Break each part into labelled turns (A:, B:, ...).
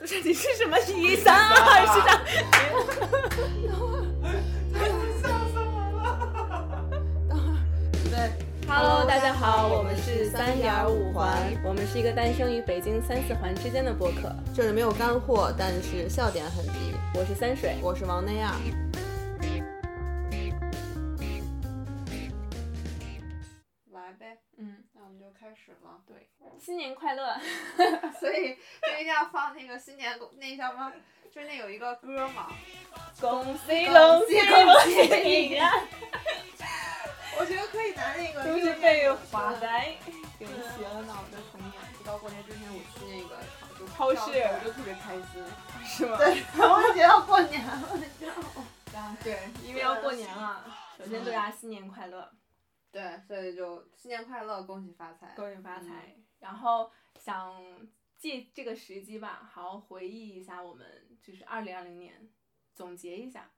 A: 就是 你是什么一三二是的，Hello，大家好，我们是三点五环，我们是一个诞生于北京三四环之间的播客。
B: 这里没有干货，但是笑点很低。
A: 我是三水，
B: 我是王那样，
C: 来呗，
A: 嗯，
C: 那我们就开始了。对，
A: 新年快乐！
C: 所以就一定要放那个新年那叫什么，就是那有一个歌嘛，
A: 恭喜
C: 恭喜
A: 恭
C: 恭
A: 喜
C: 喜
A: 你啊
C: 你
A: 呀，
C: 我觉得可以拿那个
A: 都 是
C: 用那
A: 被
C: 个嗯
A: 华仔
C: 给洗了脑的童年。直到过年之前，我去那个超就
A: 超市
C: 我就特别开心。
A: 是 吗？
C: 对， 我就觉得要过年了，你知道吗？
A: 对，因为要过年了，首先祝大家新年快乐，
C: 对，所以就新年快乐，恭喜发财。
A: 恭喜发财。然后想借这个时机吧，好好回忆一下我们就是二零二零年，总结一下。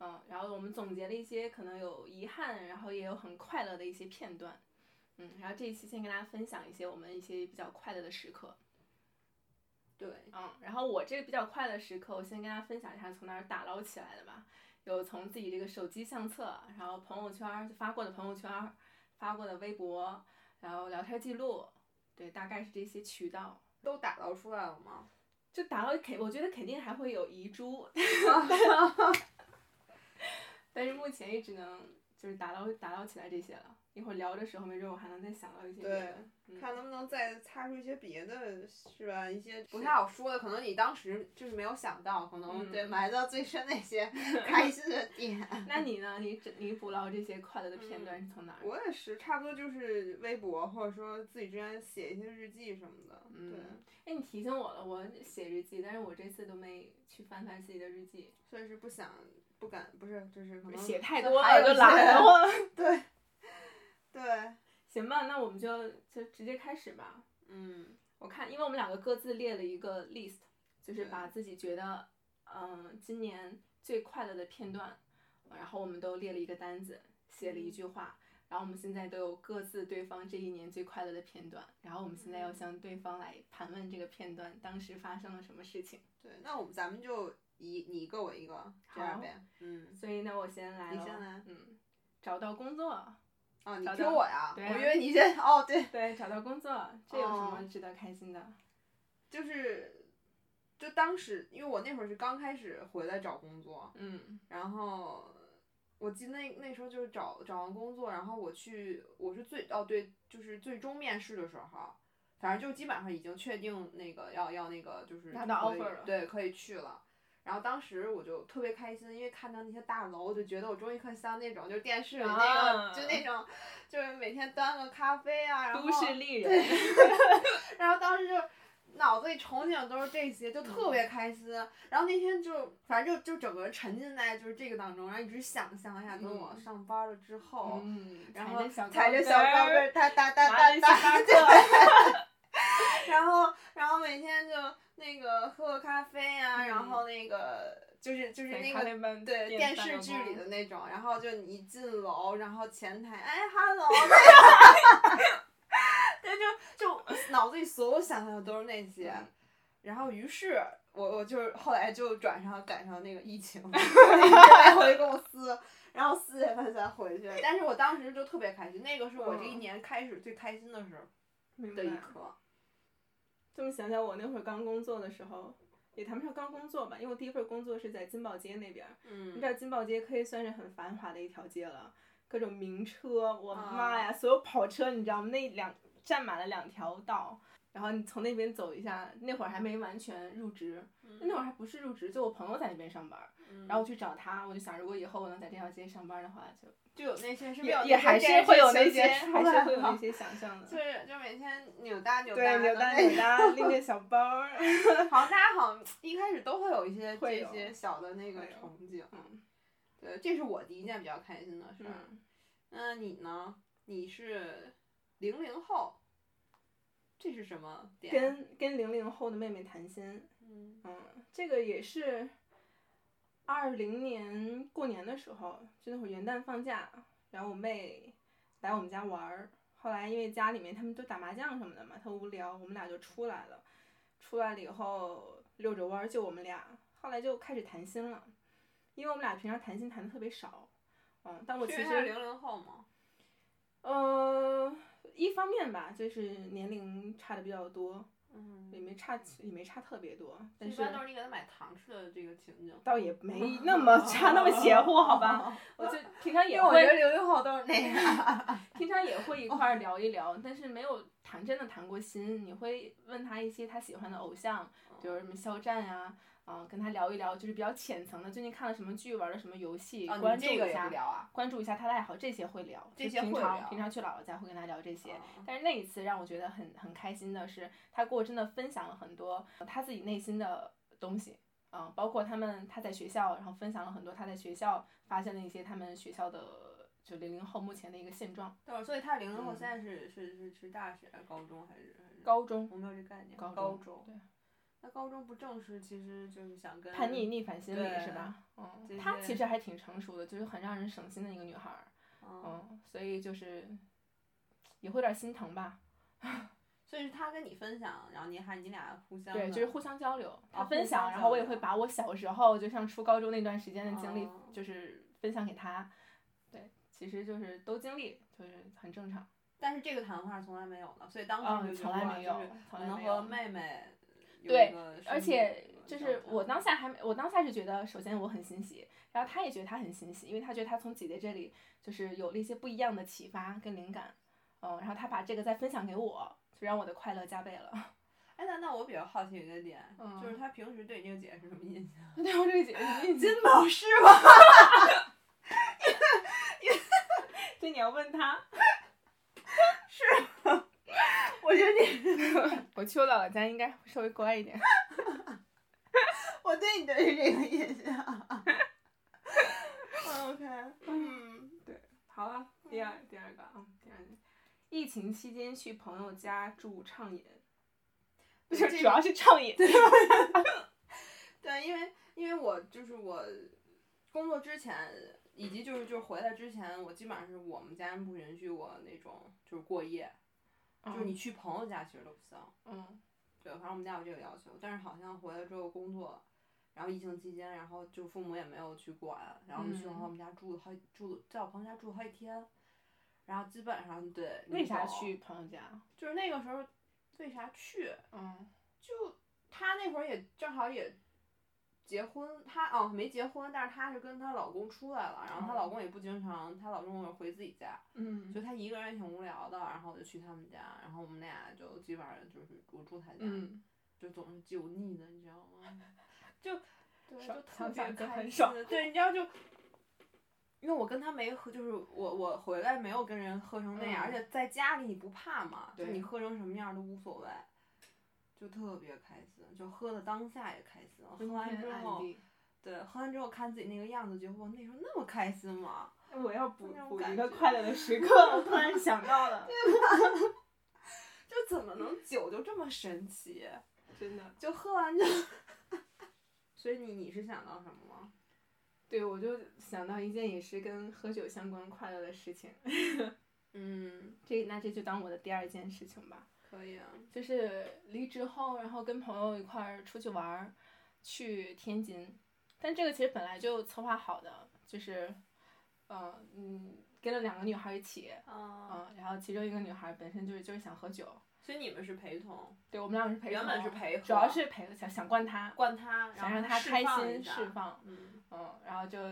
A: 嗯，然后我们总结了一些可能有遗憾，然后也有很快乐的一些片段。嗯，然后这一期先跟大家分享一些我们一些比较快乐的时刻。
C: 对，
A: 嗯，然后我这个比较快的时刻，我先跟大家分享一下从哪儿打捞起来的吧。有从自己这个手机相册，然后朋友圈儿发过的朋友圈儿，发过的微博，然后聊天记录，对，大概是这些渠道。
C: 都打捞出来了吗？
A: 就打捞肯，我觉得肯定还会有遗珠， 但是目前也只能就是打捞打捞起来这些了。一会儿聊的时候，没准我还能再想到一些别
C: 对
A: 的。嗯
C: 看能不能再擦出一些别的，是吧？一些不太好说的，可能你当时就是没有想到，可能、
A: 嗯
C: 对埋到最深的一 些开心的点。
A: 那你呢？你只你捕捞这些快乐的片段是从哪儿？
C: 我也是，差不多就是微博，或者说自己之前写一些日记什么的。对，
A: 嗯哎，你提醒我了，我写日记，但是我这次都没去翻翻自己的日记，
C: 所以是不想、不敢，不是，就是可能
A: 写
C: 就
A: 太多
C: 还
A: 了
C: 有
A: 就
C: 一
A: 懒
C: 些
A: 得。慌。
C: 对，对，
A: 行吧，那我们就就直接开始吧。
C: 嗯，
A: 我看，因为我们两个各自列了一个 list，就是
C: 对
A: 把自己觉得嗯、今年最快乐的片段，然后我们都列了一个单子，写了一句话，然后我们现在都有各自对方这一年最快乐的片段，然后我们现在要向对方来盘问这个片段当时发生了什么事情。
C: 对。那我们咱们就一你一个我一个这样
A: 好
C: 呗。嗯。
A: 所以呢，我先来
C: 你
A: 咯
C: 先来
A: 嗯，找到工作，
C: 哦，你
A: 稍
C: 听
A: 等
C: 我呀？
A: 对
C: 我
A: 啊
C: 以为你先哦，对。
A: 对，找到工作，这有什么
C: 哦
A: 值得开心的？
C: 就是，就当时因为我那会儿是刚开始回来找工作，
A: 嗯
C: 然后我记得那那时候就是找找完工作，然后我去我是最哦对，就是最终面试的时候，反正就基本上已经确定那个要要那个就是
A: 拿到
C: 可以
A: offer 了
C: 对，可以去了。然后当时我就特别开心，因为看到那些大楼，我就觉得我终于可以像那种就是电视里那个、
A: 啊
C: 就那种，就是每天端个咖啡啊，然后
A: 都市丽人，
C: 然后当时就脑子里憧憬的都是这些，就特
A: 嗯
C: 别开心。然后那天就反正就就整个人沉浸在就是这个当中，然后一直想象一下，等我
A: 嗯
C: 上班了之后，
A: 嗯，
C: 然
A: 踩
C: 后
A: 着小
C: 踩着小
A: 高
C: 高跟
A: 跟儿，
C: 儿哒哒哒
A: 拿
C: 哒
A: 着星
C: 哒，
A: 巴 克，
C: 然后然后每天就那个喝个咖啡呀、
A: 嗯
C: 然后那个就是就是
A: 在
C: 那
A: 咖
C: 个
A: 啡班
C: 对
A: 店嗯
C: 电
A: 办
C: 视
A: 个
C: 剧
A: 工
C: 里的那种，然后就你一进楼，然后前台哎，hello，对，就就脑子里所有想象的都是那些
A: 嗯，
C: 然后于是我我就是后来就转上赶上那个 疫情，来回公司，然后四月份才回去，但是我当时就特别开心，那个是我这一
A: 嗯
C: 年开始最开心的时候
A: 明
C: 的一
A: 白。
C: 刻，
A: 这么想想，我那会儿刚工作的时候，也谈不上刚工作吧，因为我第一份工作是在金宝街那边儿。你知
C: 嗯，
A: 道金宝街可以算是很繁华的一条街了，各种名车，我
C: 啊
A: 妈呀，所有跑车，你知道吗？那两占满了两条道。然后你从那边走一下，那会儿还没完全入职，
C: 嗯
A: 那会儿还不是入职，就我朋友在那边上班儿，然后我去找他，我就想，如果以后我能在这条街上班的话，就
C: 就有那些是不是
A: 也
C: 有
A: 也
C: 那些
A: 还是
C: 电视
A: 会有
C: 情
A: 那
C: 节
A: 些，
C: 出
A: 还
C: 来
A: 是会有
C: 了
A: 那些想象的。
C: 就是就每天扭哒扭哒
A: 对，
C: 的
A: 扭哒
C: 那
A: 扭哒，拎着小包儿。
C: 种， 好像大家好像一开始都会有一些
A: 会
C: 这
A: 有
C: 些小的那个
A: 会有
C: 憧憬。
A: 嗯
C: 对，这是我第一件比较开心的事儿。
A: 嗯，
C: 那你呢？你是零零后，这是什么点？
A: 跟跟零零后的妹妹谈心，
C: 嗯
A: 嗯，这个也是二零年过年的时候，就那会儿元旦放假，然后我妹来我们家玩儿。后来因为家里面他们都打麻将什么的嘛，她无聊，我们俩就出来了。出来了以后，遛着弯儿，就我们俩。后来就开始谈心了，因为我们俩平常谈心谈的特别少，嗯，但我其
C: 是因为他是
A: 实
C: 零零后嘛，
A: 呃，一方面吧，就是年龄差的比较多，也
C: 嗯，
A: 没差也没差特别多，但
C: 一
A: 是
C: 般都是你给他买糖吃的这个情景。
A: 倒也没 那么差那么 邪乎，好吧？？ 我就平常
C: 因
A: 也
C: 为我觉
A: 会
C: 得零零后都是那样。
A: 平常也会一块儿聊一聊，但是没有谈真的谈过心。你会问他一些他喜欢的偶像，比
C: 哦
A: 如什么肖战呀、啊，跟他聊一聊，就是比较浅层的，最近看了什么剧，玩了什么游戏，
C: 啊，
A: 关
C: 你
A: 注
C: 这个
A: 一
C: 也不
A: 下，
C: 聊啊？
A: 关注一下他的爱好，这些会聊。
C: 这
A: 就
C: 些
A: 平
C: 会
A: 常
C: 聊
A: 平常去姥姥家会跟他聊这些。
C: 啊
A: 但是那一次让我觉得很很开心的是，他给我真的分享了很多呃他自己内心的东西，嗯、包括他们他在学校，然后分享了很多他在学校发现的一些他们学校的就零零后目前的一个现状。
C: 等会儿，所以他零零后
A: 嗯
C: 现在是是是是大学、高中还是还是？
A: 高中
C: 我没有这概念。
A: 高
C: 高
A: 中对
C: 那高中不正是其实就是想跟
A: 叛逆逆反心理
C: 嗯对
A: 是吧？嗯
C: 这，
A: 她
C: 些
A: 其实还挺成熟的，就是很让人省心的一个女孩儿。
C: 嗯，
A: 嗯，所以就是也会有点心疼吧。
C: 所以是他跟你分享，然后你还你俩互相
A: 对，
C: 的
A: 就是互相交流，她
C: 啊
A: 分
C: 互
A: 享，
C: 相
A: 然
C: 交
A: 后我也
C: 流
A: 会把我小时候，就像初高中那段时间的经历
C: 哦，
A: 就是分享给她。对，其实就是都经历，就是很正常。
C: 但是这个谈话从来没有的，所以当时
A: 嗯，
C: 就觉
A: 从
C: 得
A: 来
C: 哇
A: 没有
C: 就是，
A: 从
C: 可
A: 来
C: 能
A: 没
C: 和
A: 有。
C: 妹妹有
A: 对
C: 一个啊深度的交谈，
A: 而且就是我当下还没，我当下是觉得，首先我很欣喜，然后她也觉得她很欣喜，因为她觉得她从姐姐这里就是有了一些不一样的启发跟灵感，嗯，然后她把这个再分享给我，就让我的快乐加倍了。
C: 哎，那那我比较好奇一个点，就
A: 嗯
C: 是他平时对你这个姐是什么 印象？
A: 对我这个姐姐，
C: 金
A: 这
C: 宝是吗？
A: 这你要问她，
C: 我觉得你，
A: 我去我姥姥家应该会稍微乖一点。
C: 我对你的是这个印象。OK，嗯，
A: 好了，第二第二个啊，第二个，疫情期间去朋友家住畅饮，不是
C: 这
A: 主要是畅饮，
C: 对，因为因为我就是我工作之前，以及就是就是回来之前，我基本上是我们家人不允许我那种就是过夜，就是你去朋友家其实都不行。
A: 嗯
C: 对，反正我们家有这个要求，但是好像回来之后工作，然后疫情期间，然后就父母也没有去管，然后我们去
A: 嗯
C: 我们家住了好几住，在我朋友家住了好几天，然后基本上对
A: 为啥？
C: 你
A: 去
C: 懂
A: 朋友家？
C: 就是那个时候，为啥去？
A: 嗯
C: 就她那会儿也正好也结婚，她哦没结婚，但是她是跟她老公出来了，然后她老公也不经常，她老公也回自己家，
A: 哦嗯
C: 就她一个人也挺无聊的，然后我就去他们家，然后我们俩就基本上就是我住她家，
A: 嗯，
C: 就总是酒腻的，你知道吗？就对，
A: 爽
C: 就
A: 想
C: 特
A: 想
C: 别
A: 就
C: 开
A: 很
C: 心
A: 爽。
C: 对，你知道就， 因为我跟他没喝，就是我我回来没有跟人喝成那样，
A: 嗯
C: 而且在家里你不怕嘛，就
A: 对
C: 你喝成什么样都无所谓，就特别开心，就喝的当下也开心，喝完之后，对，喝完之后看自己那个样子，觉得哇，那时候那么开心吗？
A: 嗯我要补
C: 那种
A: 补
C: 感
A: 一个
C: 觉
A: 快乐的时刻，我突然想到 了，
C: 就怎么能酒就这么神奇？
A: 真的，
C: 就喝完就， 所以你你是想到什么了？
A: 对我就想到一件也是跟喝酒相关快乐的事情，
C: 嗯，
A: 这那这就当我的第二件事情吧。
C: 可以啊。
A: 就是离职后，然后跟朋友一块儿出去玩儿，去天津。但这个其实本来就策划好的，就是，呃，嗯，跟了两个女孩儿一起，嗯、
C: 啊，
A: 然后其中一个女孩儿本身就是就是想喝酒，
C: 所以你们是陪同，
A: 对我们俩是陪
C: 原本
A: 同
C: 是陪
A: 主要
C: 喝
A: 是陪想想惯她，
C: 灌他，然后
A: 想让她
C: 释
A: 开
C: 放
A: 心
C: 一下
A: 释放，
C: 嗯，
A: 嗯，然后就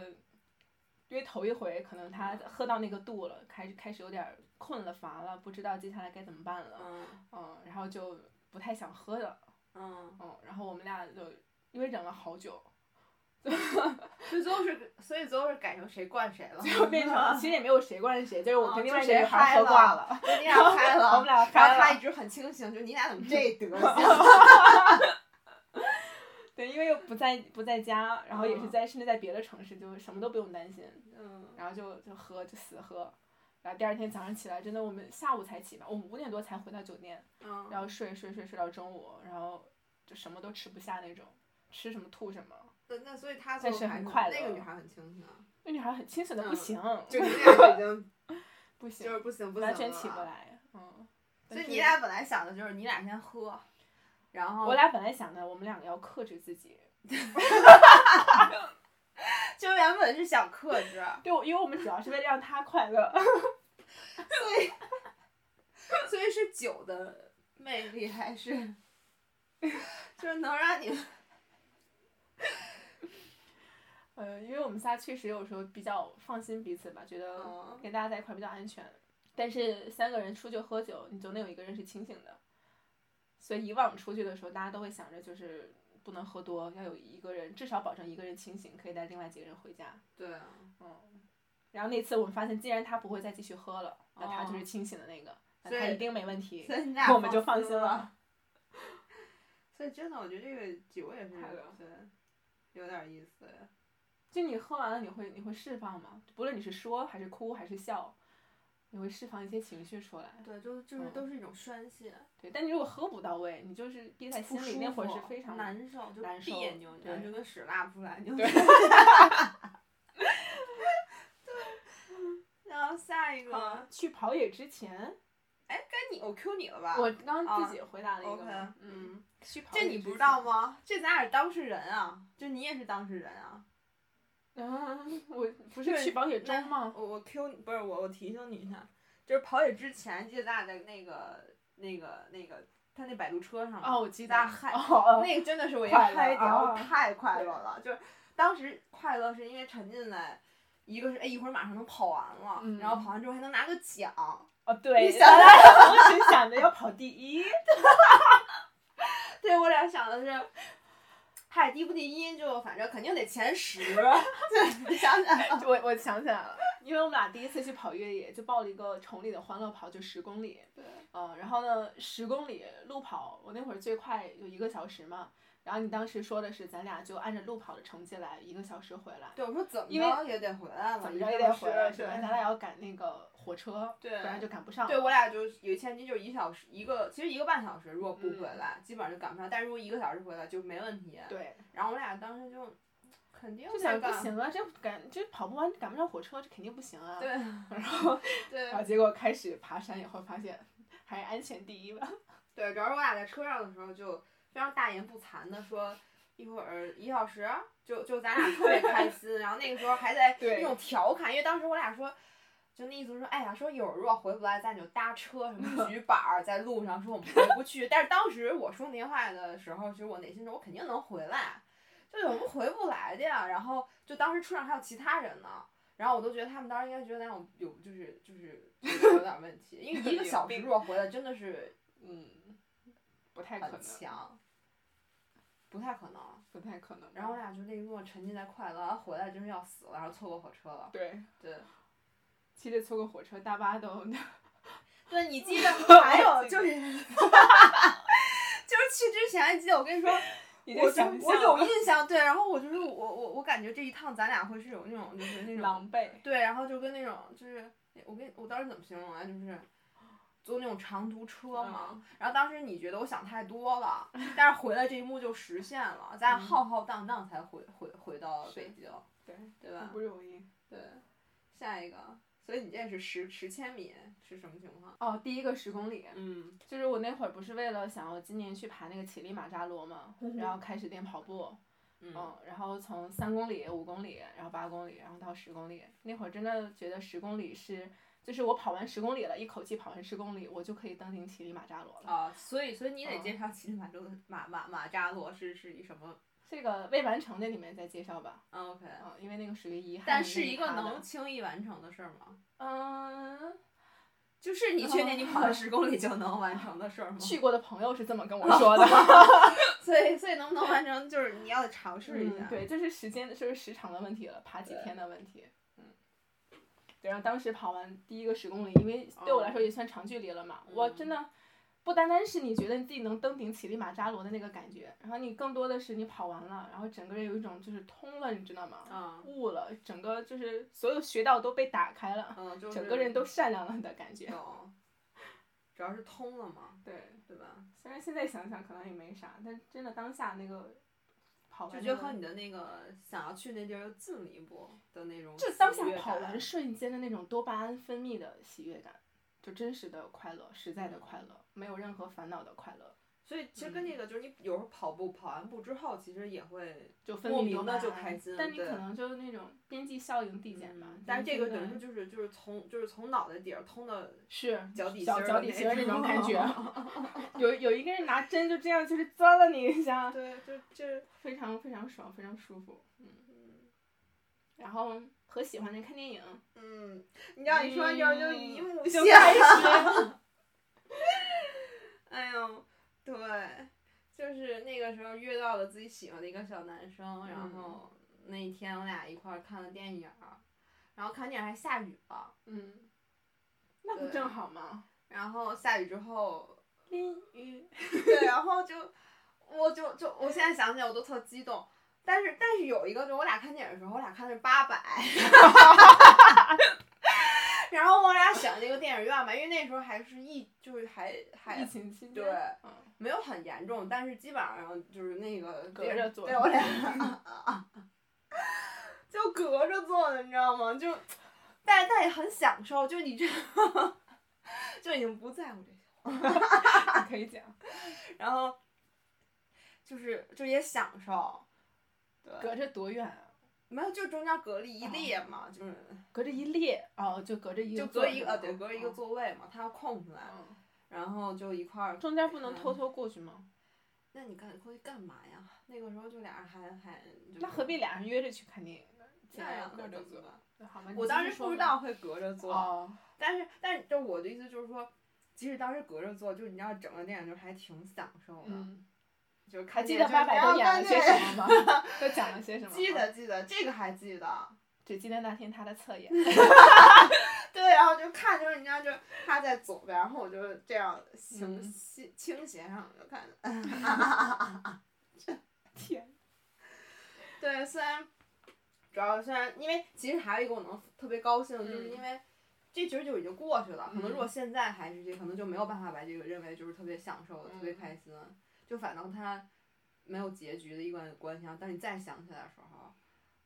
A: 因为头一回，可能她喝到那个度了，开始开始有点儿困了、乏了，不知道接下来该怎么办了，
C: 嗯
A: 嗯，然后就不太想喝了。
C: 嗯，
A: 嗯，然后我们俩就因为忍了好久，
C: 所以最后是，所以最后是改成谁灌谁了，
A: 就变 成其实也没有谁惯谁，就是我
C: 哦
A: 跟另
C: 就
A: 外一个
C: 谁
A: 女孩
C: 嗨
A: 喝
C: 了
A: 挂了，
C: 就你俩嗨
A: 我们
C: 了，
A: 俩
C: 然后
A: 嗨
C: 他
A: 了。
C: 一直很清醒，就你俩怎 么这德行？
A: 对，因为又不在不在家，然后也是
C: 嗯
A: 在甚至在别的城市，就什么都不用担心，
C: 嗯，
A: 然后就就喝就死喝。然后第二天早上起来，真的我们下午才起吧，我们五点多才回到酒店，然
C: 嗯，
A: 后睡睡睡睡到中午，然后就什么都吃不下那种，吃什么吐什么。
C: 那那所以他
A: 但
C: 最后
A: 是
C: 还
A: 很
C: 是
A: 快
C: 那个
A: 乐
C: 女孩很 清醒啊，
A: 那女孩很清醒的不
C: 嗯
A: 行，
C: 就你俩就已
A: 不
C: 经就
A: 行
C: 是，不行不行，
A: 完全起不。来，嗯。
C: 所以
A: 但
C: 你
A: 是
C: 俩本来想的就是你俩先喝，然后
A: 我俩本来想的，我们两个要克制自己，
C: 就原本是想克 制，
A: 对，因为我们主要是为了让他快乐。
C: 所以是酒的魅力还是就是能让你们
A: 呃，因为我们仨确实有时候比较放心彼此吧，觉得
C: 嗯
A: 跟大家在一块儿比较安全。但是三个人出去喝酒，你总得有一个人是清醒的。所以以往出去的时候，大家都会想着就是不能喝多，要有一个人至少保证一个人清醒，可以带另外几个人回家。
C: 对啊，
A: 嗯。然后那次我们发现，既然他不会再继续喝了，那他就
C: 哦
A: 是清醒的那个，那
C: 所
A: 他
C: 以
A: 一定没问题。
C: 所以你
A: 那
C: 俩
A: 我们就放
C: 心
A: 心了。
C: 所以真的，我觉得这个酒也是
A: 快乐
C: 对有点意思。
A: 就你喝完了，你会你会释放吗？不论你是说还是哭还是笑，你会释放一些情绪出来。
C: 对，就就是
A: 嗯
C: 都是一种宣泄，
A: 对，但你如果喝不到位，你就是憋在
C: 不
A: 哎心里，
C: 舒
A: 那会儿
C: 服
A: 是非常
C: 难受，就
A: 难受
C: 别扭，
A: 对
C: 然后就跟屎拉不出来一样。
A: 对
C: 然后下
A: 啊
C: 一个，
A: 去跑野之前，
C: 该你我 Q 你了吧？
A: 我刚刚
C: 啊
A: 自己回答了一个
C: OK，
A: 嘛，嗯，，去跑野
C: 这你不知道吗？这咱俩是当事人啊，就你也是当事人啊。
A: 之前？啊，我不
C: 对
A: 是去跑野中
C: 那
A: 吗？
C: 我我 Q 你不是我我提醒你一下，就是跑野之前，记得咱俩在那个那个那个他那摆渡车上
A: 哦，我记得
C: 咱俩嗨，
A: 哦，
C: 那个真的是我一
A: 快乐
C: 嗨掉，
A: 啊
C: 太快乐了。就是当时快乐是因为沉浸在，一个是哎一会儿马上能跑完了，
A: 嗯
C: 然后跑完之后还能拿个奖，
A: 哦，对，
C: 你 想
A: 咱俩同时想着要跑第一，
C: 对我俩想的是，嗨第不第一就反正肯定得前十， 对，想 起来了，
A: 就我我想起来了， 因为我们俩第一次去跑越野，就报了一个崇礼的欢乐跑，就十公里。
C: 对。
A: 嗯，然后呢，十公里路跑，我那会儿最快就一个小时嘛。然后你当时说的是，咱俩就按照路跑的成绩来，一个小时回来，
C: 对，我说怎么
A: 因为
C: 着也得回来了，
A: 怎么
C: 一
A: 着
C: 个
A: 也得
C: 小时
A: 回来是吧？咱
C: 对
A: 俩要赶那个火车，
C: 对
A: 不然就赶不上。
C: 对，我俩就有前提就是一小时一个，其实一个半小时，如果不
A: 嗯
C: 回来，基本上就赶不上。但如果一个小时回来就没问题。
A: 对，
C: 然后我俩当时就肯定
A: 就
C: 得
A: 想不
C: 赶。
A: 行啊，这赶这跑不完，赶不上火车，这肯定不行啊。
C: 对
A: 然后，
C: 对
A: 然后结果开始爬山以后，发现还是安全第一吧。
C: 对，主要是我俩在车上的时候就非常大言不惭的说，一会儿一小时就就咱俩特别开心， 然后那个时候还在
A: 对
C: 那种调侃，因为当时我俩说。就那意思说，哎呀，说有如果回不来，咱就搭车什么举板儿，在路上说我们回不去。 但是当时我说那些话的时候，其实我内心说，我肯定能回来，就有什么回不来的呀。然后就当时车上还有其他人呢，然后我都觉得他们当时应该觉得咱有有就是就是就是有点问题，因为一
A: 有
C: 个小时
A: 病
C: 如果回来真的是
A: 嗯，不太可
C: 很
A: 能，
C: 强，不太可能。
A: 不太可能。
C: 然后我俩就那一路沉浸在快乐，然后啊回来真是要死了，然后错过火车了。
A: 对，
C: 对，
A: 其实错过火车、大巴都
C: 对你记 得还有就是， 就是去之前，还记得我跟你说，
A: 已经
C: 我就
A: 想
C: 我
A: 象
C: 有
A: 了
C: 印象，对，然后我就是我我我感觉这一趟咱俩会是有那种就是那种
A: 狼狈。
C: 对，然后就跟那种就是我跟我当时怎么形容啊，就是。坐那种长途车嘛，
A: 嗯
C: 然后当时你觉得我想太多了，但是回来这一幕就实现了，咱俩
A: 嗯
C: 浩浩荡荡才回回回到
A: 是
C: 北京，
A: 对，
C: 对吧？
A: 不容易。
C: 对，下一个，所以你这是十十千米是什么情况？
A: 哦，第一个十公里，
C: 嗯，
A: 就是我那会儿不是为了想要今年去爬那个乞力马扎罗嘛，然后开始练跑步，
C: 嗯
A: 嗯，然后从三公里、五公里，然后八公里，然后到十公里，那会儿真的觉得十公里是，就是我跑完十公里了，一口气跑完十公里，我就可以登顶乞力马扎罗了。
C: 啊，所以所以你得
A: 嗯
C: 介绍乞力马扎马马马扎罗是是一什么？
A: 这个未完成的里面再介绍吧，
C: 嗯，OK，
A: 嗯，因为嗯那个属于遗憾。
C: 但是一个能，轻易完成的事儿吗？
A: 嗯，
C: 就是你确定你跑了十公里就能完成的事儿吗？
A: 去过的朋友是这么跟我说的。
C: 所以所以能不能完成，就是你要尝试一下。
A: 嗯。，对，这是时间，这是时长的问题了，爬几
C: 对
A: 天的问题。嗯，对，然后当时跑完第一个十公里，因为对我来说也算长距离了嘛，我真的。不单单是你觉得你自己能登顶乞力马扎罗的那个感觉，然后你更多的是你跑完了，然后整个人有一种就是通了，你知道吗？
C: 嗯
A: 悟了，整个就是所有穴道都被打开了，
C: 嗯，就是
A: 整个人都善良了的感觉。
C: 有，主要是通了嘛，
A: 对，
C: 对吧？
A: 虽然现在想想可能也没啥，但真的当下那个跑完、
C: 就
A: 那个，
C: 觉得和你的那个想要去那地儿又近了一步的那种喜
A: 就
C: 悦感，啊
A: 当下跑完瞬间的那种多巴胺分泌的喜悦感，就真实的快乐，实在的快乐，没有任何烦恼的快乐。
C: 所以其实
A: 嗯
C: 跟那个就是你有时候跑步跑完步之后，其实也会
A: 就分
C: 莫
A: 泌
C: 名
A: 多
C: 地
A: 巴胺
C: 就开心
A: 但你
C: 对
A: 可能就是那种边际效应递减吧。
C: 嗯
A: 你
C: 但是这
A: 就
C: 个
A: 会
C: 等于说就是就是从就是从脑袋底儿通到
A: 是
C: 脚底心
A: 脚
C: 儿
A: 脚
C: 的
A: 底
C: 那，
A: 心儿那种感觉有有一个人拿针就这样就是钻了你一下，
C: 对，就就是
A: 非常非常爽，非常舒服。嗯，
C: 嗯
A: 然后和喜欢的人看电影，
C: 嗯，你让你说完之后就姨母
A: 就
C: 笑，
A: 开 始
C: 哎呦，对，就是那个时候遇到了自己喜欢的一个小男生，然
A: 嗯
C: 后那一天我俩一块儿看了电影儿，然后看电影还下雨了，
A: 嗯， 那不
C: 对
A: 正好吗？
C: 然后下雨之后，
A: 淋雨，
C: 对，然后就，我就就我现在想起来我都特激动，但是但是有一个就是我俩看电影的时候，我俩看的是八百， 然后我俩选那个电影院嘛，因为那时候还是疫，就是还还
A: 疫情期间，
C: 对
A: 嗯，
C: 没有很严重，但是基本上就是那个
A: 隔
C: 电
A: 着坐
C: 对我俩 就隔着坐的，你知道吗？就，但但也很享受，就你这， 就已经不在乎这些。啊
A: 你可以讲。
C: 然后就是就也享受，对，
A: 隔着多远啊？
C: 没有就中间隔了一列嘛，就是
A: 隔着一列哦，就隔着一个
C: 就
A: 座
C: 隔
A: 位
C: 一个呃对隔一个
A: 哦
C: 座位嘛，他要空出来，
A: 嗯
C: 然后就一块儿。
A: 中间不
C: 嗯
A: 能偷偷过去吗？
C: 那你干过去干嘛呀？那个时候就俩人还还就是
A: 那何必俩人约着去看电影呢？
C: 这
A: 咱俩
C: 样啊
A: 隔
C: 那
A: 着
C: 怎么
A: 坐，
C: 办？
A: 好啊吧？你
C: 我
A: 继
C: 当
A: 续
C: 时
A: 说
C: 不知
A: 吧
C: 道会隔着坐，
A: 哦，
C: 但是但是就我的意思就是说，即使当时隔着坐，就你知道整个电影就还挺享受的，
A: 嗯，
C: 就是哦
A: 还
C: 看
A: 记
C: 电
A: 得
C: 视
A: 八百都
C: 然后
A: 演
C: 看
A: 了些
C: 电
A: 什
C: 视
A: 么吗？ 都讲了些什么？
C: 记，得记得这个还记得，
A: 只记得那天他的 侧颜。
C: 对，然后就看就是人家就他在左边，然后我就这样倾
A: 嗯
C: 倾倾斜上我就看，
A: 天，
C: 对，虽然主要虽然因为其实还有一个我能特别高兴，就是
A: 嗯
C: 因为。这其实就已经过去了，可能如果
A: 嗯
C: 现在还是这，可能就没有办法把这个认为就是特别享受的、特别
A: 嗯
C: 开心，就反倒它没有结局的一段关系啊。当你再想起来的时候，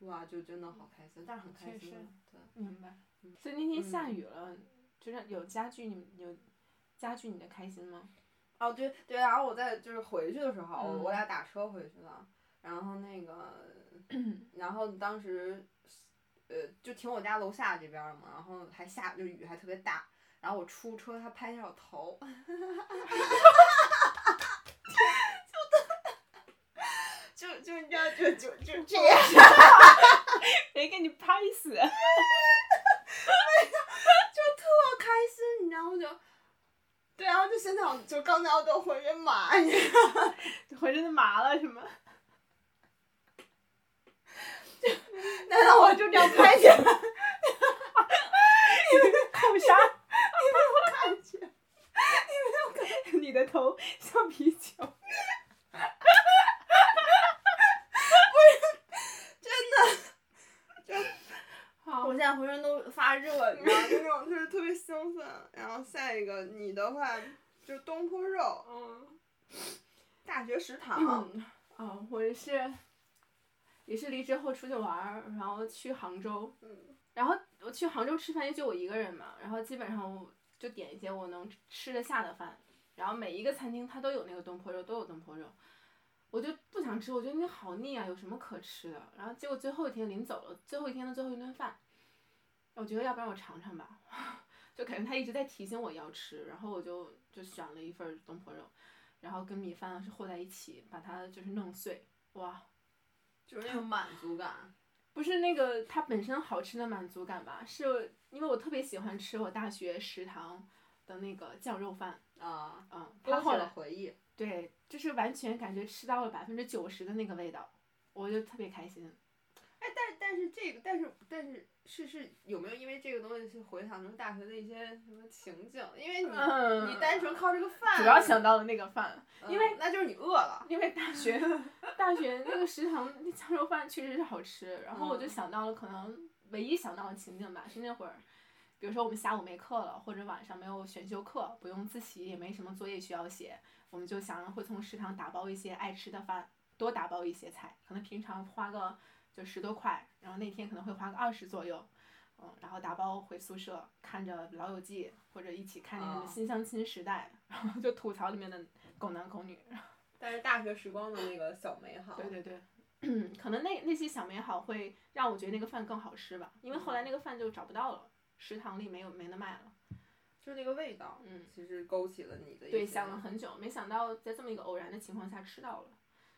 C: 哇，就真的好开心，但是很开
A: 确
C: 心
A: 实
C: 啊。对，
A: 明白
C: 嗯。
A: 所以那天下雨了，就是有加剧你有加剧你的开心吗？
C: 哦，对对，然后我在就是回去的时候，
A: 嗯
C: 我俩打车回去的，然后那个，然后当时，呃，就停我家楼下这边儿嘛，然后还下就雨还特别大，然后我出车，他拍一下我头， 就 就就你知道就就就这样，
A: 谁给你拍死？
C: 特开心，你知道吗？就。对，然后就现在我就刚才我都浑身麻，你知道吗
A: 浑身都麻了是吗？
C: 难道我就这样拍下来？
A: 扣杀，你没有感觉，你没有感觉，你的头像皮球，
C: 我
A: 好
C: 现，在浑身都发热，你知 道，就那种就是特别兴奋。然后下一个你的话就是东坡肉，
A: 嗯，
C: 大学食堂，
A: 哦，我是也是离职后出去玩儿，然后去杭州，
C: 嗯
A: 然后我去杭州吃饭，因为就我一个人嘛，然后基本上我就点一些我能吃得下的饭，然后每一个餐厅它都有那个东坡肉，都有东坡肉，我就不想吃，我觉得那好腻啊，有什么可吃的？然后结果最后一天临走了，最后一天的最后一顿饭，我觉得要不然我尝尝吧， 就感觉他一直在提醒我要吃，然后我就就选了一份儿东坡肉，然后跟米饭啊是和在一起，把它就是弄碎，哇，
C: 就是那种满足感。
A: 不是那个它本身好吃的满足感吧，是因为我特别喜欢吃我大学食堂的那个酱肉饭，
C: 啊，
A: 嗯，它
C: 勾起
A: 后
C: 了
A: 来
C: 回忆。
A: 对，就是完全感觉吃到了百分之九十的那个味道，我就特别开心。
C: 哎，但但是这个，但是但是是是有没有因为这个东西去回想就是大学的一些什么情景？因为你、
A: 嗯
C: 你单纯靠这个饭，
A: 主要想到了那个饭，
C: 嗯
A: 因为
C: 那就是你饿了。
A: 因为大 学大学那个食堂那酱肉饭确实是好吃，然后我就
C: 嗯
A: 想到了可能唯一想到的情景吧，是那会儿。比如说我们下午没课了，或者晚上没有选修课，不用自习，也没什么作业需要写，我们就想会从食堂打包一些爱吃的饭，多打包一些菜，可能平常花个就十多块，然后那天可能会花个二十左右，嗯，然后打包回宿舍，看着《老友记》或者一起看那什么
C: 啊
A: 《新相亲时代》然后就吐槽里面的狗男狗女。
C: 但是大学时光的那个小美好，
A: 对对对， 可能那那些小美好会让我觉得那个饭更好吃吧，因为后来那个饭就找不到了，食堂里没有没得卖了。
C: 就是那个味道，
A: 嗯，啊
C: 其实勾起了你的一
A: 对，
C: 些
A: 想了很久，没想到在这么一个偶然的情况下吃到了，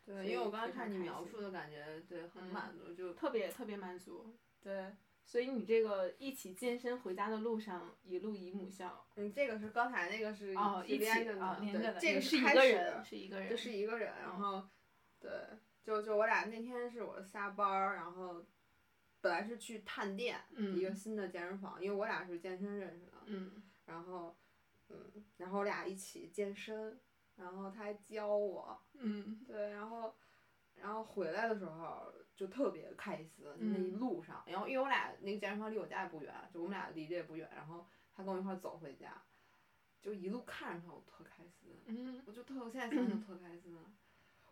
C: 对，
A: 所
C: 因为
A: 以
C: 我刚才
A: 非常
C: 看你
A: 开
C: 描
A: 心
C: 述的感觉，对，很
A: 嗯
C: 满足，就
A: 特别特别满足。
C: 对。
A: 所以你这个一起健身回家的路上，一路姨母笑
C: 嗯，这个是刚才那个是
A: 哦，
C: 是
A: 一起
C: 连着
A: 哦
C: 的，
A: 连
C: 对
A: 着的，
C: 这
A: 也
C: 个
A: 是一
C: 开
A: 个
C: 始
A: 人，是一个人，
C: 就是一个人，然
A: 嗯
C: 后对，就就我俩那天是我下班儿，然后本来是去探店、一个
A: 嗯
C: 新的健身房，因为我俩是健身认识的，
A: 嗯
C: 然后嗯，然后我俩一起健身，然后他还教我，
A: 嗯
C: 对，然后然后回来的时候就特别开心，那一
A: 嗯
C: 路上，然后因为我俩那个健身房离我家也不远，就我们俩离得也不远，然后他跟我一块儿走回家，就一路看着他，我特开心。
A: 嗯
C: 我就特现在想想特开心，啊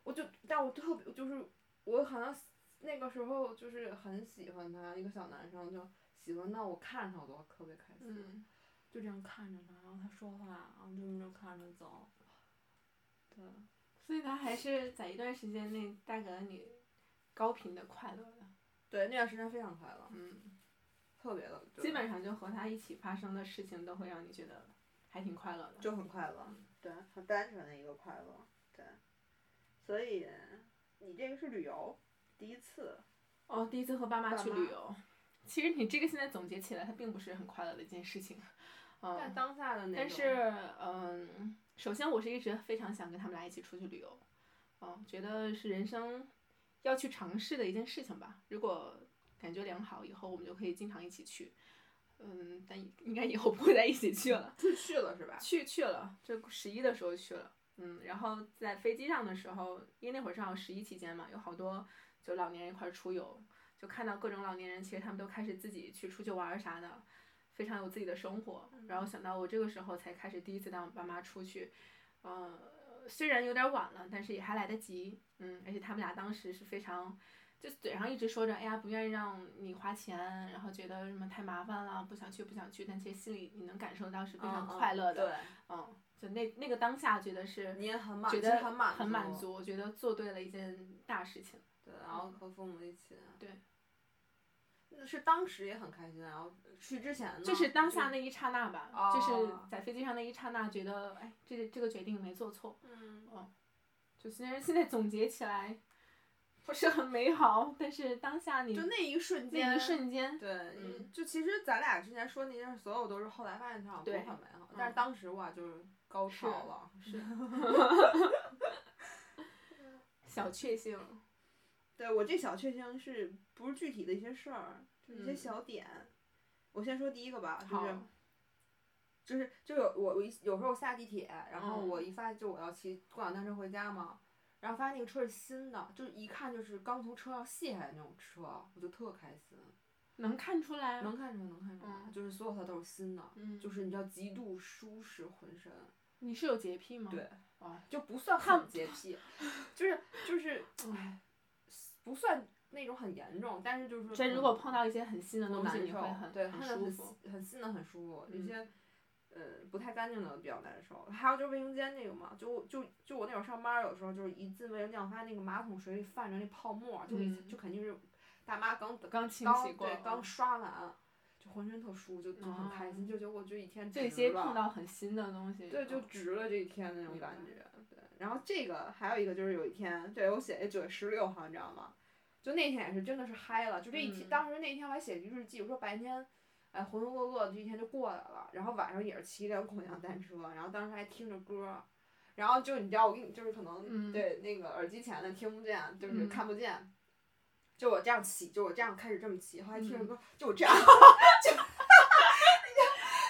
C: 我就但我特别就是我好像那个时候就是很喜欢他，一个小男生就喜欢到我看着他我都特别开心，
A: 嗯，
C: 就这样看着他，然后他说话，然后就这么看着走，对，
A: 所以他还是在一段时间内带给了你高频的快乐的，
C: 对那段时间非常快乐，
A: 嗯，
C: 特别的，对
A: 基本上就和他一起发生的事情都会让你觉得还挺快乐的，
C: 就很快乐，对，很单纯的一个快乐，对，所以你这个是旅游第一次，
A: 哦，第一次和爸妈
C: 爸
A: 去
C: 妈
A: 旅游，其实你这个现在总结起来，它并不是很快乐的一件事情，嗯，
C: 但当下的 那
A: 但
C: 种
A: 是，嗯，首先我是一直非常想跟他们俩一起出去旅游，嗯，觉得是人生要去尝试的一件事情吧。如果感觉良好，以后我们就可以经常一起去。嗯，但应该以后不会再一起去了。
C: 就去了是吧？
A: 去去了，这十一的时候去了，嗯，然后在飞机上的时候，因为那会儿正好十一期间嘛，有好多就老年人一块儿出游，就看到各种老年人，其实他们都开始自己去出去玩儿啥的，非常有自己的生活。然后想到我这个时候才开始第一次带我爸妈出去，嗯、虽然有点晚了，但是也还来得及，嗯，而且他们俩当时是非常。就嘴上一直说着，哎呀，不愿意让你花钱，然后觉得什么太麻烦了，不想去，不想去。但其实心里你能感受到是非常
C: 嗯嗯
A: 快乐的，
C: 对。
A: 嗯，就那那个当下觉得是
C: 你也很满，
A: 觉
C: 其实
A: 得
C: 很满
A: 很满，足，我觉得做对了一件大事情。
C: 对，然后和父母一起，嗯
A: 对，
C: 是当时也很开心，然后去之前呢，
A: 就是当下，那一刹那吧，就是
C: 嗯哦
A: 在飞机上那一刹那，觉得哎，这这个决定没做错。
C: 嗯，
A: 就虽然现在总结起来不是很美好，但是当下你
C: 就那一瞬间，
A: 那一，瞬间，
C: 对，
A: 嗯
C: 就其实咱俩之前说那件事，所有都是后来发现它好像不是
A: 对
C: 很美好，
A: 嗯
C: 但是当时哇，就是高潮了，
A: 是小确幸，
C: 对我这小确幸是不是具体的一些事儿，就是一些
A: 嗯
C: 小点，我先说第一个吧，就
A: 好
C: 是。就是就有我我一有时候下地铁，然后
A: 嗯
C: 我一发就我要骑共享单车回家嘛，然后发现那个车是新的，就是一看就是刚从车上卸下来那种车，我就特开心，
A: 能看出来，
C: 能看出来能看出来，
A: 嗯
C: 就是所有它都是新的，
A: 嗯，
C: 就是你知道极度舒适浑身，
A: 你是有洁癖吗？
C: 对，
A: 哦，
C: 就不算很洁癖，就是就是
A: 嗯，
C: 不算那种很严重，但是就是
A: 所以如果碰到一些很新的
C: 很
A: 东西，
C: 难
A: 你
C: 受
A: 会很，
C: 对，
A: 很
C: 看着
A: 舒
C: 很
A: 服。
C: 新很新的很舒服，有
A: 嗯
C: 些。呃，不太干净的比较难受，还有就是卫生间那个嘛，就就就我那会儿上班，有时候就是一进卫生间，我发现那个马桶水里泛着那泡沫，就、
A: 嗯
C: 就肯定是大妈刚
A: 刚清洗
C: 刚
A: 过，嗯
C: 对刚刷完，就浑身特舒服，就就很
A: 哦
C: 开心，就觉得我这一天值
A: 就
C: 了。
A: 一些碰到很新的东西，
C: 对，就
A: 嗯
C: 值了这一天那种
A: 明
C: 感
A: 白
C: 觉。对，然后这个还有一个就是有一天，对我写九月十六号，你知道吗？就那天也是真的是嗨了，就这一天，
A: 嗯
C: 当时那天我还写了一日记，我说白天，哎浑浑噩噩的这一天就过来了，然后晚上也是骑辆共享单车，然后当时还听着歌。然后就你知道，我跟你就是可能、
A: 嗯
C: 对那个耳机前的听不见，就是
A: 嗯
C: 看不见。就我这样骑，就我这样开始这么骑，后来听着
A: 嗯
C: 歌，就我这样，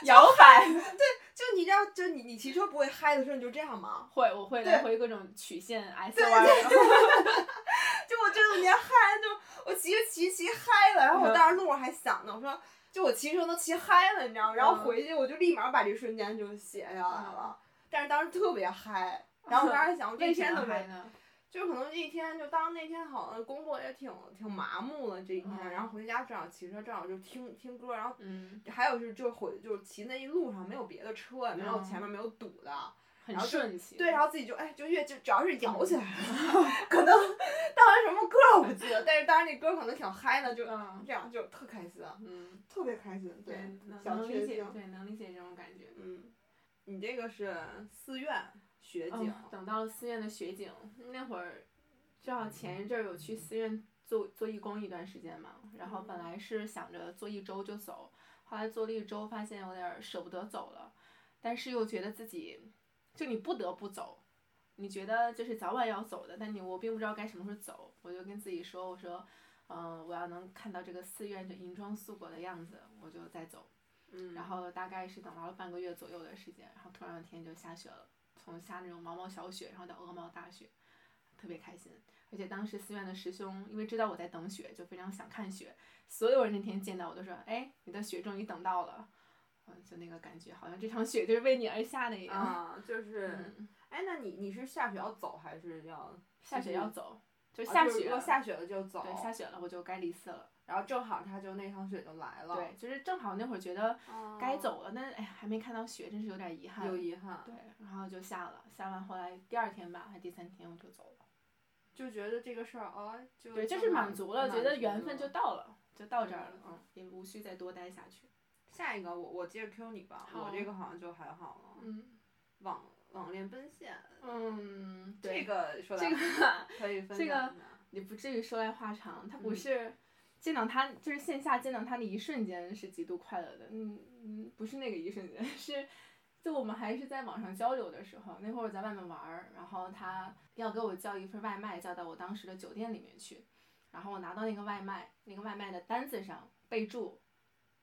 A: 摇 摆，
C: 就你知道，就你你骑车不会嗨的时候，你就这样吗？
A: 会我会
C: 对
A: 来回各种曲线 S
C: 对
A: Y，
C: 就我这 两年嗨，就我骑着骑骑嗨了，
A: 嗯
C: 然后我当时路上还想呢，我说就我骑车都骑嗨了，你知道吗？然
A: 嗯
C: 后回去我就立马把这瞬间就写下来了，但是当时特别嗨，然后我当时还想，我这
A: 嗯
C: 一
A: 为什
C: 天
A: 么
C: 都
A: 还
C: 没，
A: 呢？
C: 就可能这一天就当那天好像工作也挺挺麻木了这一天，
A: 嗯
C: 然后回家正好骑车，正好就听听歌，然后
A: 嗯，
C: 还有就是就回就是骑那一路上没有别的车，也没有
A: 嗯
C: 前面没有堵的，
A: 很
C: 然后就
A: 顺其。
C: 对，然后自己就哎，就越就只要是摇起来了， 可能当然什么歌儿我不记得，但是当然那歌儿可能挺嗨的，就
A: 嗯
C: 这样就特开心，
A: 嗯，
C: 特别开心，对，
A: 能
C: 小
A: 能
C: 确
A: 理解，
C: 幸，
A: 对，能理解这种感觉。
C: 嗯，你这个是寺院学景，
A: 嗯等到了寺院的雪景，那会儿正好前一阵儿有去寺院做做义工一段时间嘛，然后本来是想着做一周就走，后来做了一周发现有点儿舍不得走了，但是又觉得自己就你不得不走，你觉得就是早晚要走的，但你我并不知道该什么时候走，我就跟自己说，我说，嗯、我要能看到这个寺院这银装素裹的样子，我就再走。
C: 嗯
A: 然后大概是等到了半个月左右的时间，然后突然有一天就下雪了，从下那种毛毛小雪，然后到鹅毛大雪，特别开心。而且当时寺院的师兄因为知道我在等雪，就非常想看雪，所有人那天见到我都说：“哎，你的雪终于等到了。”嗯，就那个感觉，好像这场雪就是为你而下的一样。
C: 啊，就是，
A: 嗯，
C: 哎，那你你是下雪要走还是要
A: 下雪
C: 就是
A: 要走，就
C: 啊
A: 下
C: 就是
A: 雪
C: 如
A: 了，
C: 果下雪了就走，
A: 对下雪了，我就该离寺了。
C: 然后正好他就那场雪就来了，
A: 对，就是正好那会儿觉得
C: 嗯，
A: 该走了，但是哎呀还没看到雪，真是有点遗憾。
C: 有遗憾，
A: 对，然后就下了，下完后来第二天吧，还第三天我就走了。
C: 就觉得这个事儿啊，就
A: 对，就是满足了，觉得缘分
C: 就
A: 就到了，就到这儿了
C: 嗯，
A: 嗯，也无需再多待下去。
C: 下一个我我接着 Q 你吧，
A: 好
C: 我这个好像就还好了。
A: 嗯
C: 网网恋奔现，
A: 嗯，
C: 这
A: 对，
C: 个说来
A: 这个
C: 可以分
A: 这个
C: 享一下。
A: 也不至于说来话长，他不
C: 嗯
A: 是见到他就是线下见到他的一瞬间是极度快乐的，嗯嗯，不是那个一瞬间， 是就我们还是在网上交流的时候，那会儿我在外面玩儿，然后他要给我叫一份外卖，叫到我当时的酒店里面去，然后我拿到那个外卖，那个外卖的单子上备注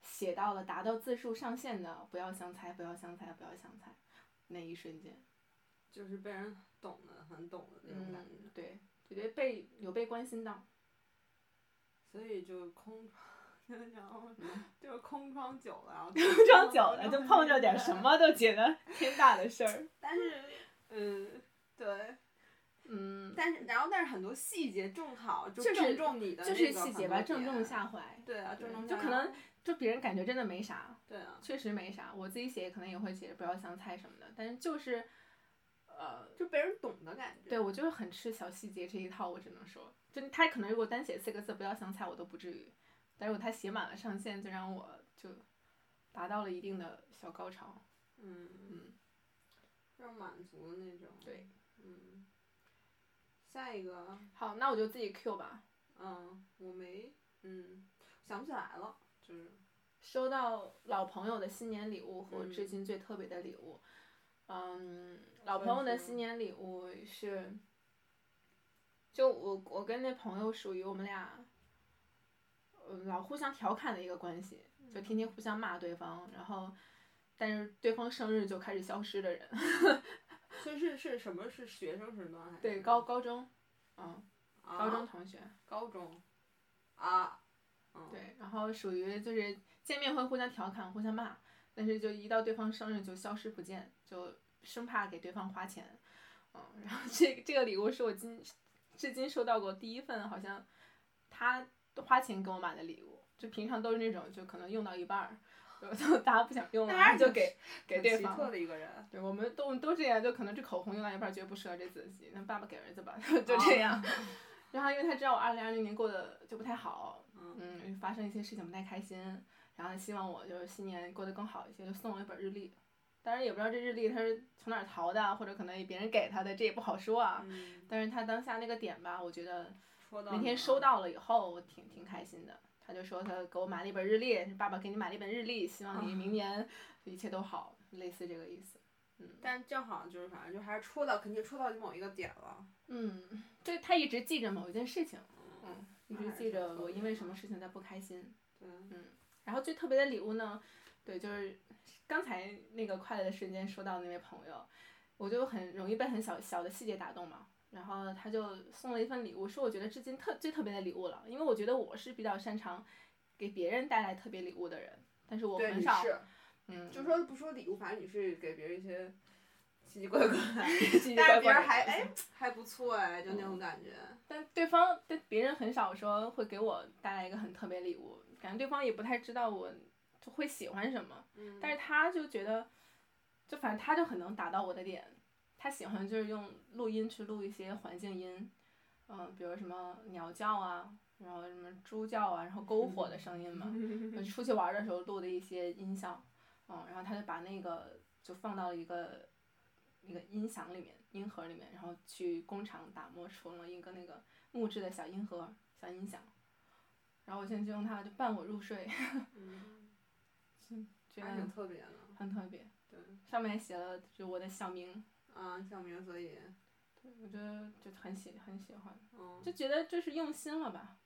A: 写到了达到字数上限的不要相猜，不要相猜，不要相猜，那一瞬间。
C: 就是被人懂的很懂的那种感觉，
A: 对，觉得被有被关心到，
C: 所以就空窗， 然后
A: 嗯
C: 就是空窗久了，然后
A: 碰撞久 了就碰着点什。么都觉得 天大的事儿。
C: 但 是，嗯，对，
A: 嗯，
C: 但是然后但是很多细节正好就
A: 就是
C: 正中你的
A: 就
C: 那
A: 是
C: 个
A: 细
C: 很
A: 节
C: 多
A: 吧，正中
C: 点。
A: 下怀。
C: 对啊，
A: 对
C: 正中
A: 就
C: 下
A: 可能
C: 怀
A: 就别人感觉真的没啥，
C: 对啊，
A: 确实没啥。我自己写可能也会写不要香菜什么的，但是就是，呃，
C: 就被人懂的感觉。
A: 对我就是很吃小细节这一套，我只能说，就他可能如果单写四个字不要香菜，我都不至于，但如果他写满了上限，就让我就达到了一定的小高潮。
C: 嗯嗯，非常满足的那种。
A: 对，
C: 嗯，下一个，
A: 好，那我就自己 Q 吧。
C: 嗯，我没，嗯，想不起来了，就是，
A: 收到老朋友的新年礼物和
C: 嗯
A: 至今最特别的礼物，嗯，老朋友的新年礼物是，就我我跟那朋友属于我们俩，嗯，老互相调侃的一个关系，就天
C: 嗯
A: 天互相骂对方，然后，但是对方生日就开始消失的人，
C: 所以是是什么是学生时段还是？
A: 对，高高中，嗯，
C: 啊
A: 高中同学，
C: 高中，啊，嗯，，
A: 对，然后属于就是见面会互相调侃、互相骂，但是就一到对方生日就消失不见，就生怕给对方花钱。嗯，然后这这个礼物是我今至今收到过第一份，好像他花钱给我买的礼物，就平常都是那种就可能用到一半儿，就就大家不想用了，
C: 那
A: 然
C: 还
A: 后
C: 是
A: 就
C: 挺
A: 给给对
C: 奇特
A: 方。
C: 的一个人，
A: 对，我们都我们都这样，就可能这口红用到一半儿觉得不适合这自己，那爸爸给儿子吧， 就这样。然后因为他知道我二零二零年过得就不太好，
C: 嗯，
A: 嗯，发生一些事情不太开心，然后希望我就是新年过得更好一些，就送我一本日历。当然也不知道这日历他是从哪儿淘的，或者可能别人给他的，这也不好说啊。
C: 嗯，
A: 但是他当下那个点吧，我觉得
C: 说到
A: 那天
C: 你
A: 收
C: 了，
A: 到了以后，我挺挺开心的。他就说他给我买了一本日历，爸爸给你买了一本日历，希望你明年一切都好，类似这个意思。嗯
C: 但正好就是反正就还是戳到，肯定戳到某一个点了，
A: 嗯，对他一直记着某一件事情，
C: 嗯，
A: 嗯，一直记着我因为什么事情在不开心。
C: 对，
A: 然后最特别的礼物呢，对，就是刚才那个快乐的瞬间说到那位朋友，我就很容易被很小小的细节打动嘛。然后他就送了一份礼物，是我觉得至今特最特别的礼物了，因为我觉得我是比较擅长给别人带来特别礼物的人，但是我
C: 对，
A: 很
C: 你
A: 少，
C: 是，
A: 嗯，
C: 就说不说礼物，反正你是给别人一些奇奇怪怪，
A: 奇
C: 但
A: 怪
C: 是别
A: 怪
C: 人
A: 的
C: 还
A: 东西
C: 哎还不错哎，就那种感觉。
A: 但对方对别人很少说会给我带来一个很特别礼物，感觉对方也不太知道我就会喜欢什么，
C: 嗯
A: 但是他就觉得，就反正他就很能打到我的点，他喜欢就是用录音去录一些环境音，嗯，比如什么鸟叫啊，然后什么猪叫啊，然后篝火的声音嘛，我出去玩儿的时候录的一些音效，嗯，然后他就把那个就放到了一个那个音响里面，音盒里面，然后去工厂打磨出了一个那个木质的小音盒、小音响，然后我现在就用它就伴我入睡，
C: 嗯，
A: 觉
C: 还挺
A: 得
C: 特别的。
A: 很特别。
C: 对，
A: 上面还写了就是我的小名，
C: 啊，小明，所以，
A: 我觉得就很喜很喜欢，
C: 嗯，
A: 就觉得就是用心了吧。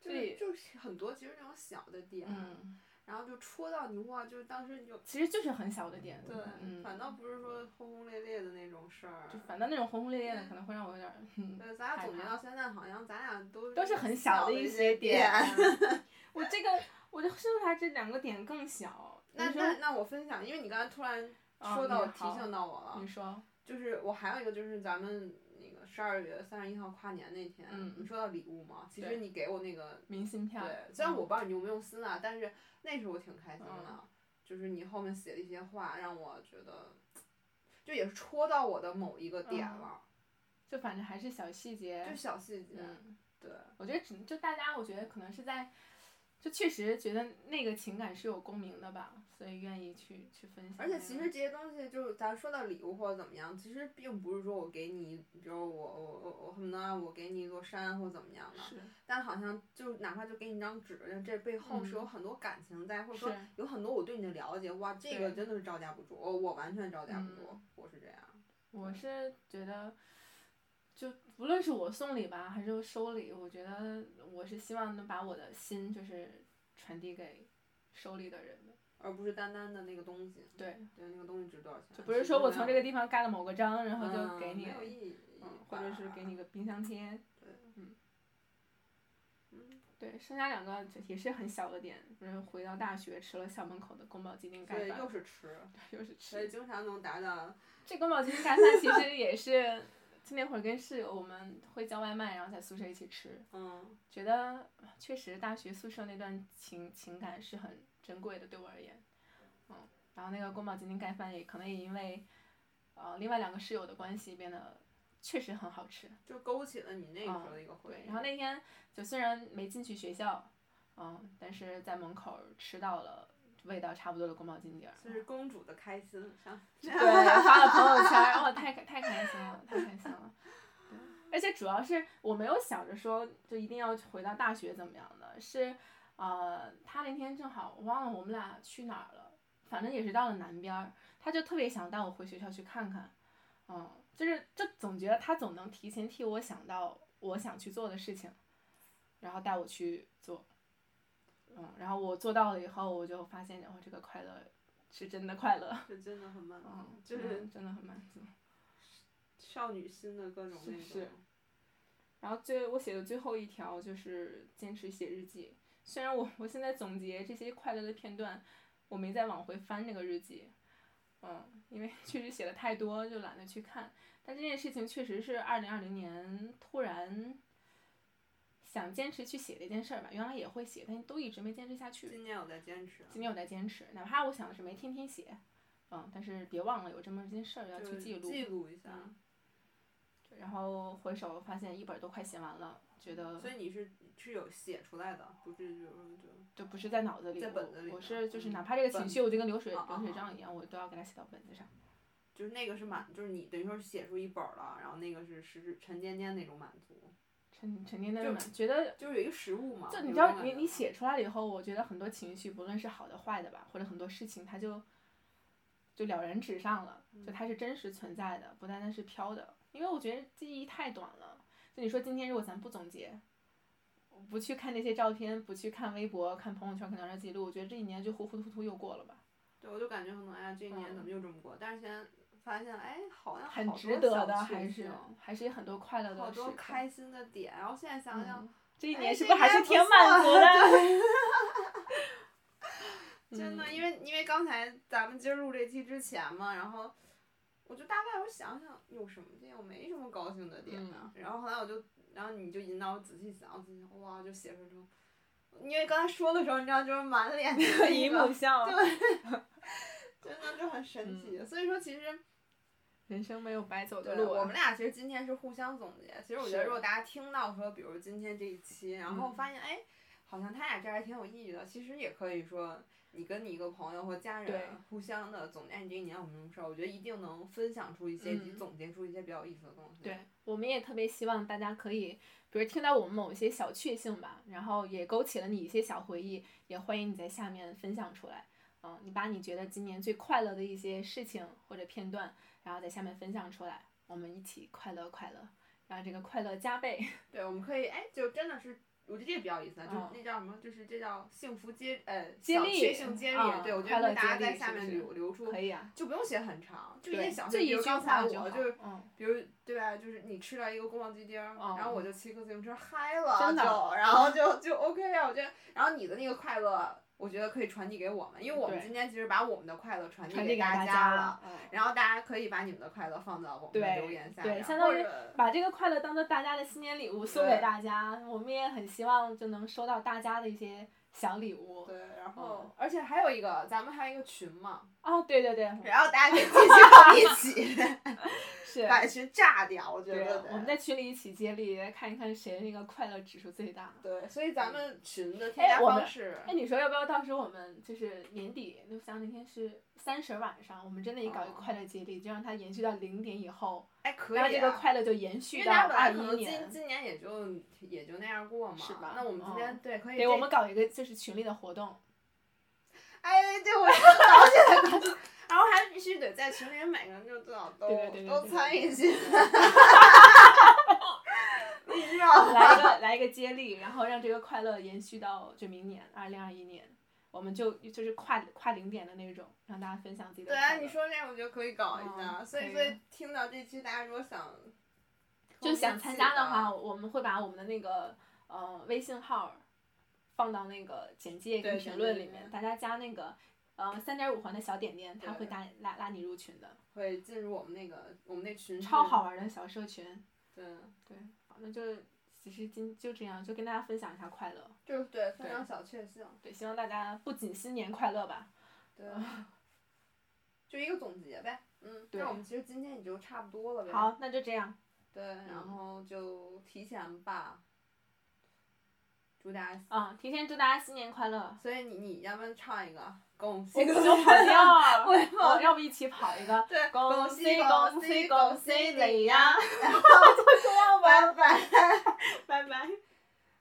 C: 就
A: 对
C: 是就是很多其实那种小的点，
A: 嗯，
C: 然后就戳到你哇，就是当时你就
A: 其实就是很小的点，
C: 对，
A: 嗯，
C: 反倒不是说轰轰烈烈的那种事儿
A: 就。反倒那种轰轰烈烈的可能会让我有点儿，嗯，
C: 对，咱俩
A: 害
C: 总结
A: 怕
C: 到现在，好像咱俩都
A: 都是很小
C: 的
A: 的一
C: 些
A: 些点
C: 点
A: 我这个我的生来这两个点更小。
C: 那
A: 你说
C: 那那我分享，因为你刚才突然
A: 啊
C: 说到、
A: 你
C: 提
A: 好
C: 醒到我了
A: 你，说，
C: 就是我还有一个就是咱们那个十二月三十一号跨年那天，
A: 嗯
C: 你说到礼物嘛，其实
A: 对
C: 你给我那个
A: 明信片儿，
C: 对，虽
A: 嗯
C: 然我不知道你用没用心啊，但是那时候我挺开心的，
A: 嗯
C: 就是你后面写的一些话让我觉得，就也是戳到我的某一个点
A: 嗯
C: 了，
A: 就反正还是小细节
C: 就。小细节，
A: 嗯，
C: 对，
A: 我觉得只就大家，我觉得可能是在，就确实觉得那个情感是有共鸣的吧，所以愿意去去分享那
C: 而
A: 个。
C: 且其实这些东西就是咱说到礼物或者怎么样，其实并不是说我给你，比如我我我我恨不得我给你一座山或怎么样的，
A: 是
C: 但好像就哪怕就给你一张纸，这背后是有
A: 嗯
C: 很多感情在，或者说
A: 是
C: 有很多我对你的了解，哇，这
A: 对
C: 个
A: 嗯
C: 真的是招架不住，哦我我完全招架不住，我是这样。
A: 我是觉得，就无论是我送礼吧，还是收礼，我觉得我是希望能把我的心就是传递给收礼的人的。
C: 而不是单单的那个东西，
A: 对，
C: 对那个东西值多少钱，
A: 就不是说我从这
C: 个
A: 个地方盖了某个章，然后就给你，
C: 嗯没有意义，
A: 嗯，或者是给你个冰箱贴，
C: 对
A: 嗯，
C: 嗯，
A: 对，剩下两个就也是很小的点，不是回到大学吃了校门口的宫保鸡丁盖
C: 对，又哎
A: 饭，
C: 是吃，
A: 又是
C: 所以
A: 吃。
C: 经常能达到，
A: 这宫保鸡丁盖饭其实也是， 就那会儿跟室友我们会叫外卖，然后在宿舍一起吃，
C: 嗯
A: 觉得确实大学宿舍那段情情感是很珍贵的，对我而言，嗯，然后那个宫保鸡丁盖饭也可能也因为，呃，另外两个室友的关系变得确实很好吃。
C: 就勾起了你那个时候的一个
A: 嗯
C: 回
A: 对，
C: 忆。
A: 然后那天就虽然没进去学校，嗯，但是在门口吃到了味道差不多的宫保鸡丁儿，
C: 就是公主的开心，像
A: 对，发了朋友圈儿，哦，太开太开心了，太开心了。对，而且主要是我没有想着说就一定要回到大学怎么样的，是呃，他那天正好我忘了我们俩去哪儿了，反正也是到了南边儿，他就特别想带我回学校去看看，嗯，就是就总觉得他总能提前替我想到我想去做的事情，然后带我去做。嗯，然后我做到了以后，我就发现，哦，这个快乐是真的快乐。
C: 是真的很满足，
A: 嗯，
C: 就是
A: 嗯真的很满足。
C: 少女心的各种那种。
A: 是是然后最我写的最后一条就是坚持写日记，虽然我我现在总结这些快乐的片段，我没再往回翻那个日记，嗯，因为确实写的太多，就懒得去看。但这件事情确实是二零二零年突然想坚持去写的一件事儿吧，原来也会写，但都一直没坚持下去。
C: 今年我在坚持，啊
A: 今天我在坚持，哪怕我想的是没天天写，嗯，但是别忘了有这么一件事儿要
C: 就
A: 去记录。嗯
C: 记录一下。
A: 然后回首发现一本儿都快写完了，觉得
C: 所以你是是有写出来的，不是就是就
A: 就不是在脑子里，
C: 在本子里
A: 我我
C: 呢
A: 是就是
C: 嗯
A: 哪怕这个情
C: 本
A: 绪，我就跟流水
C: 啊啊
A: 流水
C: 啊
A: 账一样，我都要给它写到本子上。
C: 就是那个是满，就是你等于说是写出一本儿了，然后那个是实实沉甸甸那种满足，
A: 沉沉甸甸
C: 就
A: 的满，觉得
C: 就是有一个实物嘛。
A: 就你
C: 有
A: 知
C: 这
A: 道，
C: 种感
A: 你
C: 觉
A: 你写出来了以后，我觉得很多情绪，不论是好的坏的吧，或者很多事情，它就就了然指上了，
C: 嗯
A: 就它是真实存在的，不单单是飘的。因为我觉得记忆太短了，就你说今天如果咱不总结，不去看那些照片，不去看微博、看朋友圈、看聊天记录，我觉得这一年就糊糊涂涂又过了吧。
C: 对，我就感觉可能哎呀，这一年
A: 嗯
C: 怎么又这么过？但是现在发现，哎，好像
A: 很
C: 好
A: 值得
C: 多小
A: 的，
C: 确
A: 还是
C: 幸
A: 还是有很多快乐的
C: 好
A: 时
C: 多
A: 刻。
C: 开心的点。然后现在想想，
A: 嗯这一
C: 哎
A: 年是
C: 这
A: 不是
C: 一
A: 还
C: 年
A: 是
C: 不
A: 挺
C: 错
A: 满足的？
C: 真的，
A: 嗯
C: 因为因为刚才咱们今儿录这期之前嘛，然后我就大概我想想有什么点，我没什么高兴的点啊。然后后来我就，然后你就引导我仔细想，我仔细想，哇，就写出这种，因为刚才说的时候，你知道，就是满脸的 一
D: 姨
C: 个
D: 母笑，
C: 真的就很神奇。所以说，其实
A: 人生没有白走的
C: 对，
A: 路啊。
C: 我们俩其实今天是互相总结。其实我觉
A: 是
C: 得，如果大家听到说，比如今天这一期，然后
A: 嗯
C: 发现、哎，好像他俩这还挺有意义的，其实也可以说，你跟你一个朋友或家
A: 对
C: 人互相的总结哎你这一年有什么事儿，我觉得一定能分享出一些，以及
A: 嗯
C: 总结出一些比较有意思的东西。
A: 对，我们也特别希望大家可以，比如听到我们某一些小确幸吧，然后也勾起了你一些小回忆，也欢迎你在下面分享出来。嗯，你把你觉得今年最快乐的一些事情或者片段，然后在下面分享出来，我们一起快乐快乐，让这个快乐加倍。
C: 对，我们可以哎，就真的是，我觉得这比较有意思啊，就是
A: 嗯
C: 那叫什么，就是这叫幸福接呃
A: 接
C: 小
A: 力
C: 确幸接力。
A: 嗯
C: 对，我觉
A: 快
C: 得
A: 乐
C: 大家
A: 接
C: 在
A: 力
C: 下
A: 是不
C: 面
A: 是
C: 留留出
A: 可，以啊，
C: 就不用写很长，就一
A: 对
C: 些小
A: 就
C: 事，比
A: 一
C: 如
A: 句
C: 刚才
A: 话就
C: 我
A: 好
C: 就是。
A: 嗯，
C: 比如对吧，就是你吃到一个宫保鸡丁儿，
A: 嗯
C: 然后我就骑个自行车嗨了，
A: 真的啊
C: 就然后就就 OK 啊，我觉得，然后你的那个快乐，我觉得可以传递给我们，因为我们
A: 对
C: 今天其实把我们的快乐传递
A: 传递
C: 给
A: 给大
C: 家
A: 了。嗯
C: 然后大家可以把你们的快乐放到我们的
A: 对
C: 留言下
A: 对
C: 面，
A: 相当
C: 或
A: 于
C: 者
A: 把这个快乐当做大家的新年礼物送
C: 对
A: 给大家，我们也很希望就能收到大家的一些小礼物。
C: 对，然后、
A: 嗯
C: 而且还有一个，咱们还有一个群嘛，
A: 哦，对对对，
C: 然后大家可以 进去到一起
A: 是
C: 把群炸掉，我觉
A: 对
C: 得，
A: 我们在群里一起接力，看一看谁那个快乐指数最大。
C: 对，所以咱们群的添
A: 哎
C: 加
A: 我
C: 方
A: 们
C: 式，
A: 哎，你说要不要到时候我们就是年底，我想那天是三十晚上，我们真的也搞一个
C: 哦
A: 快乐接力，就让它延续到零点以后，
C: 哎可以、
A: 让
C: 啊，
A: 这个快乐就延
C: 因
A: 续
C: 为
A: 到
C: 大家本
A: 二
C: 来
A: 一
C: 可能今
A: 年。
C: 今年也就也就那样过嘛，
A: 是吧
C: 那我们今天、
A: 嗯
C: 对可以
A: 对，
C: 这
A: 我们搞一个就是群里的活 动，
C: 哎，对，我就搞起来搞起来，然后还必须得在群里每个人就最好都
A: 对对对对
C: 都
A: 对
C: 参与进来，必须 要
A: 来一个来一个接力，然后让这个快乐延续到就明年二零二一年，我们就就是跨跨零点的那种，让大家分享自己的
C: 对
A: 快
C: 啊，
A: 乐。
C: 你说这我觉得可以搞一下，
A: 嗯
C: 所哦以啊
A: 可以
C: 所以听到这期大家如果想
A: 就想参加的话，，我们会把我们的那个呃微信号放到那个简介
C: 对
A: 跟评论里
C: 简介里面
A: 面，大家加那个呃三点五环的小点点，他会
C: 对
A: 拉拉拉你入群的，
C: 会进入我们那个我们那群
A: 超
C: 是
A: 好，玩的小社群。
C: 对，
A: 对，好，那就其实今就这样，就跟大家分享一下快乐。
C: 就是对分
A: 对
C: 享小确幸，
A: 对，希望大家不仅新年快乐吧。
C: 对， 就一个总结呗，嗯，
A: 对
C: 那我们其实今天也就差不多了呗，
A: 好，那就这样，
C: 对，
A: 嗯
C: 然后就提前吧，祝大家。
A: 啊、提前祝大家新年快乐。
C: 所以你你要不然唱一个恭
A: 我
C: 喜
A: 们
C: 恭
A: 就 跑调，
C: 我也跑
A: 我要不一起跑一个？
C: 对
A: 恭
C: 喜
A: 喜恭喜恭喜你呀！
C: 然后就这样，拜拜。
A: 拜拜。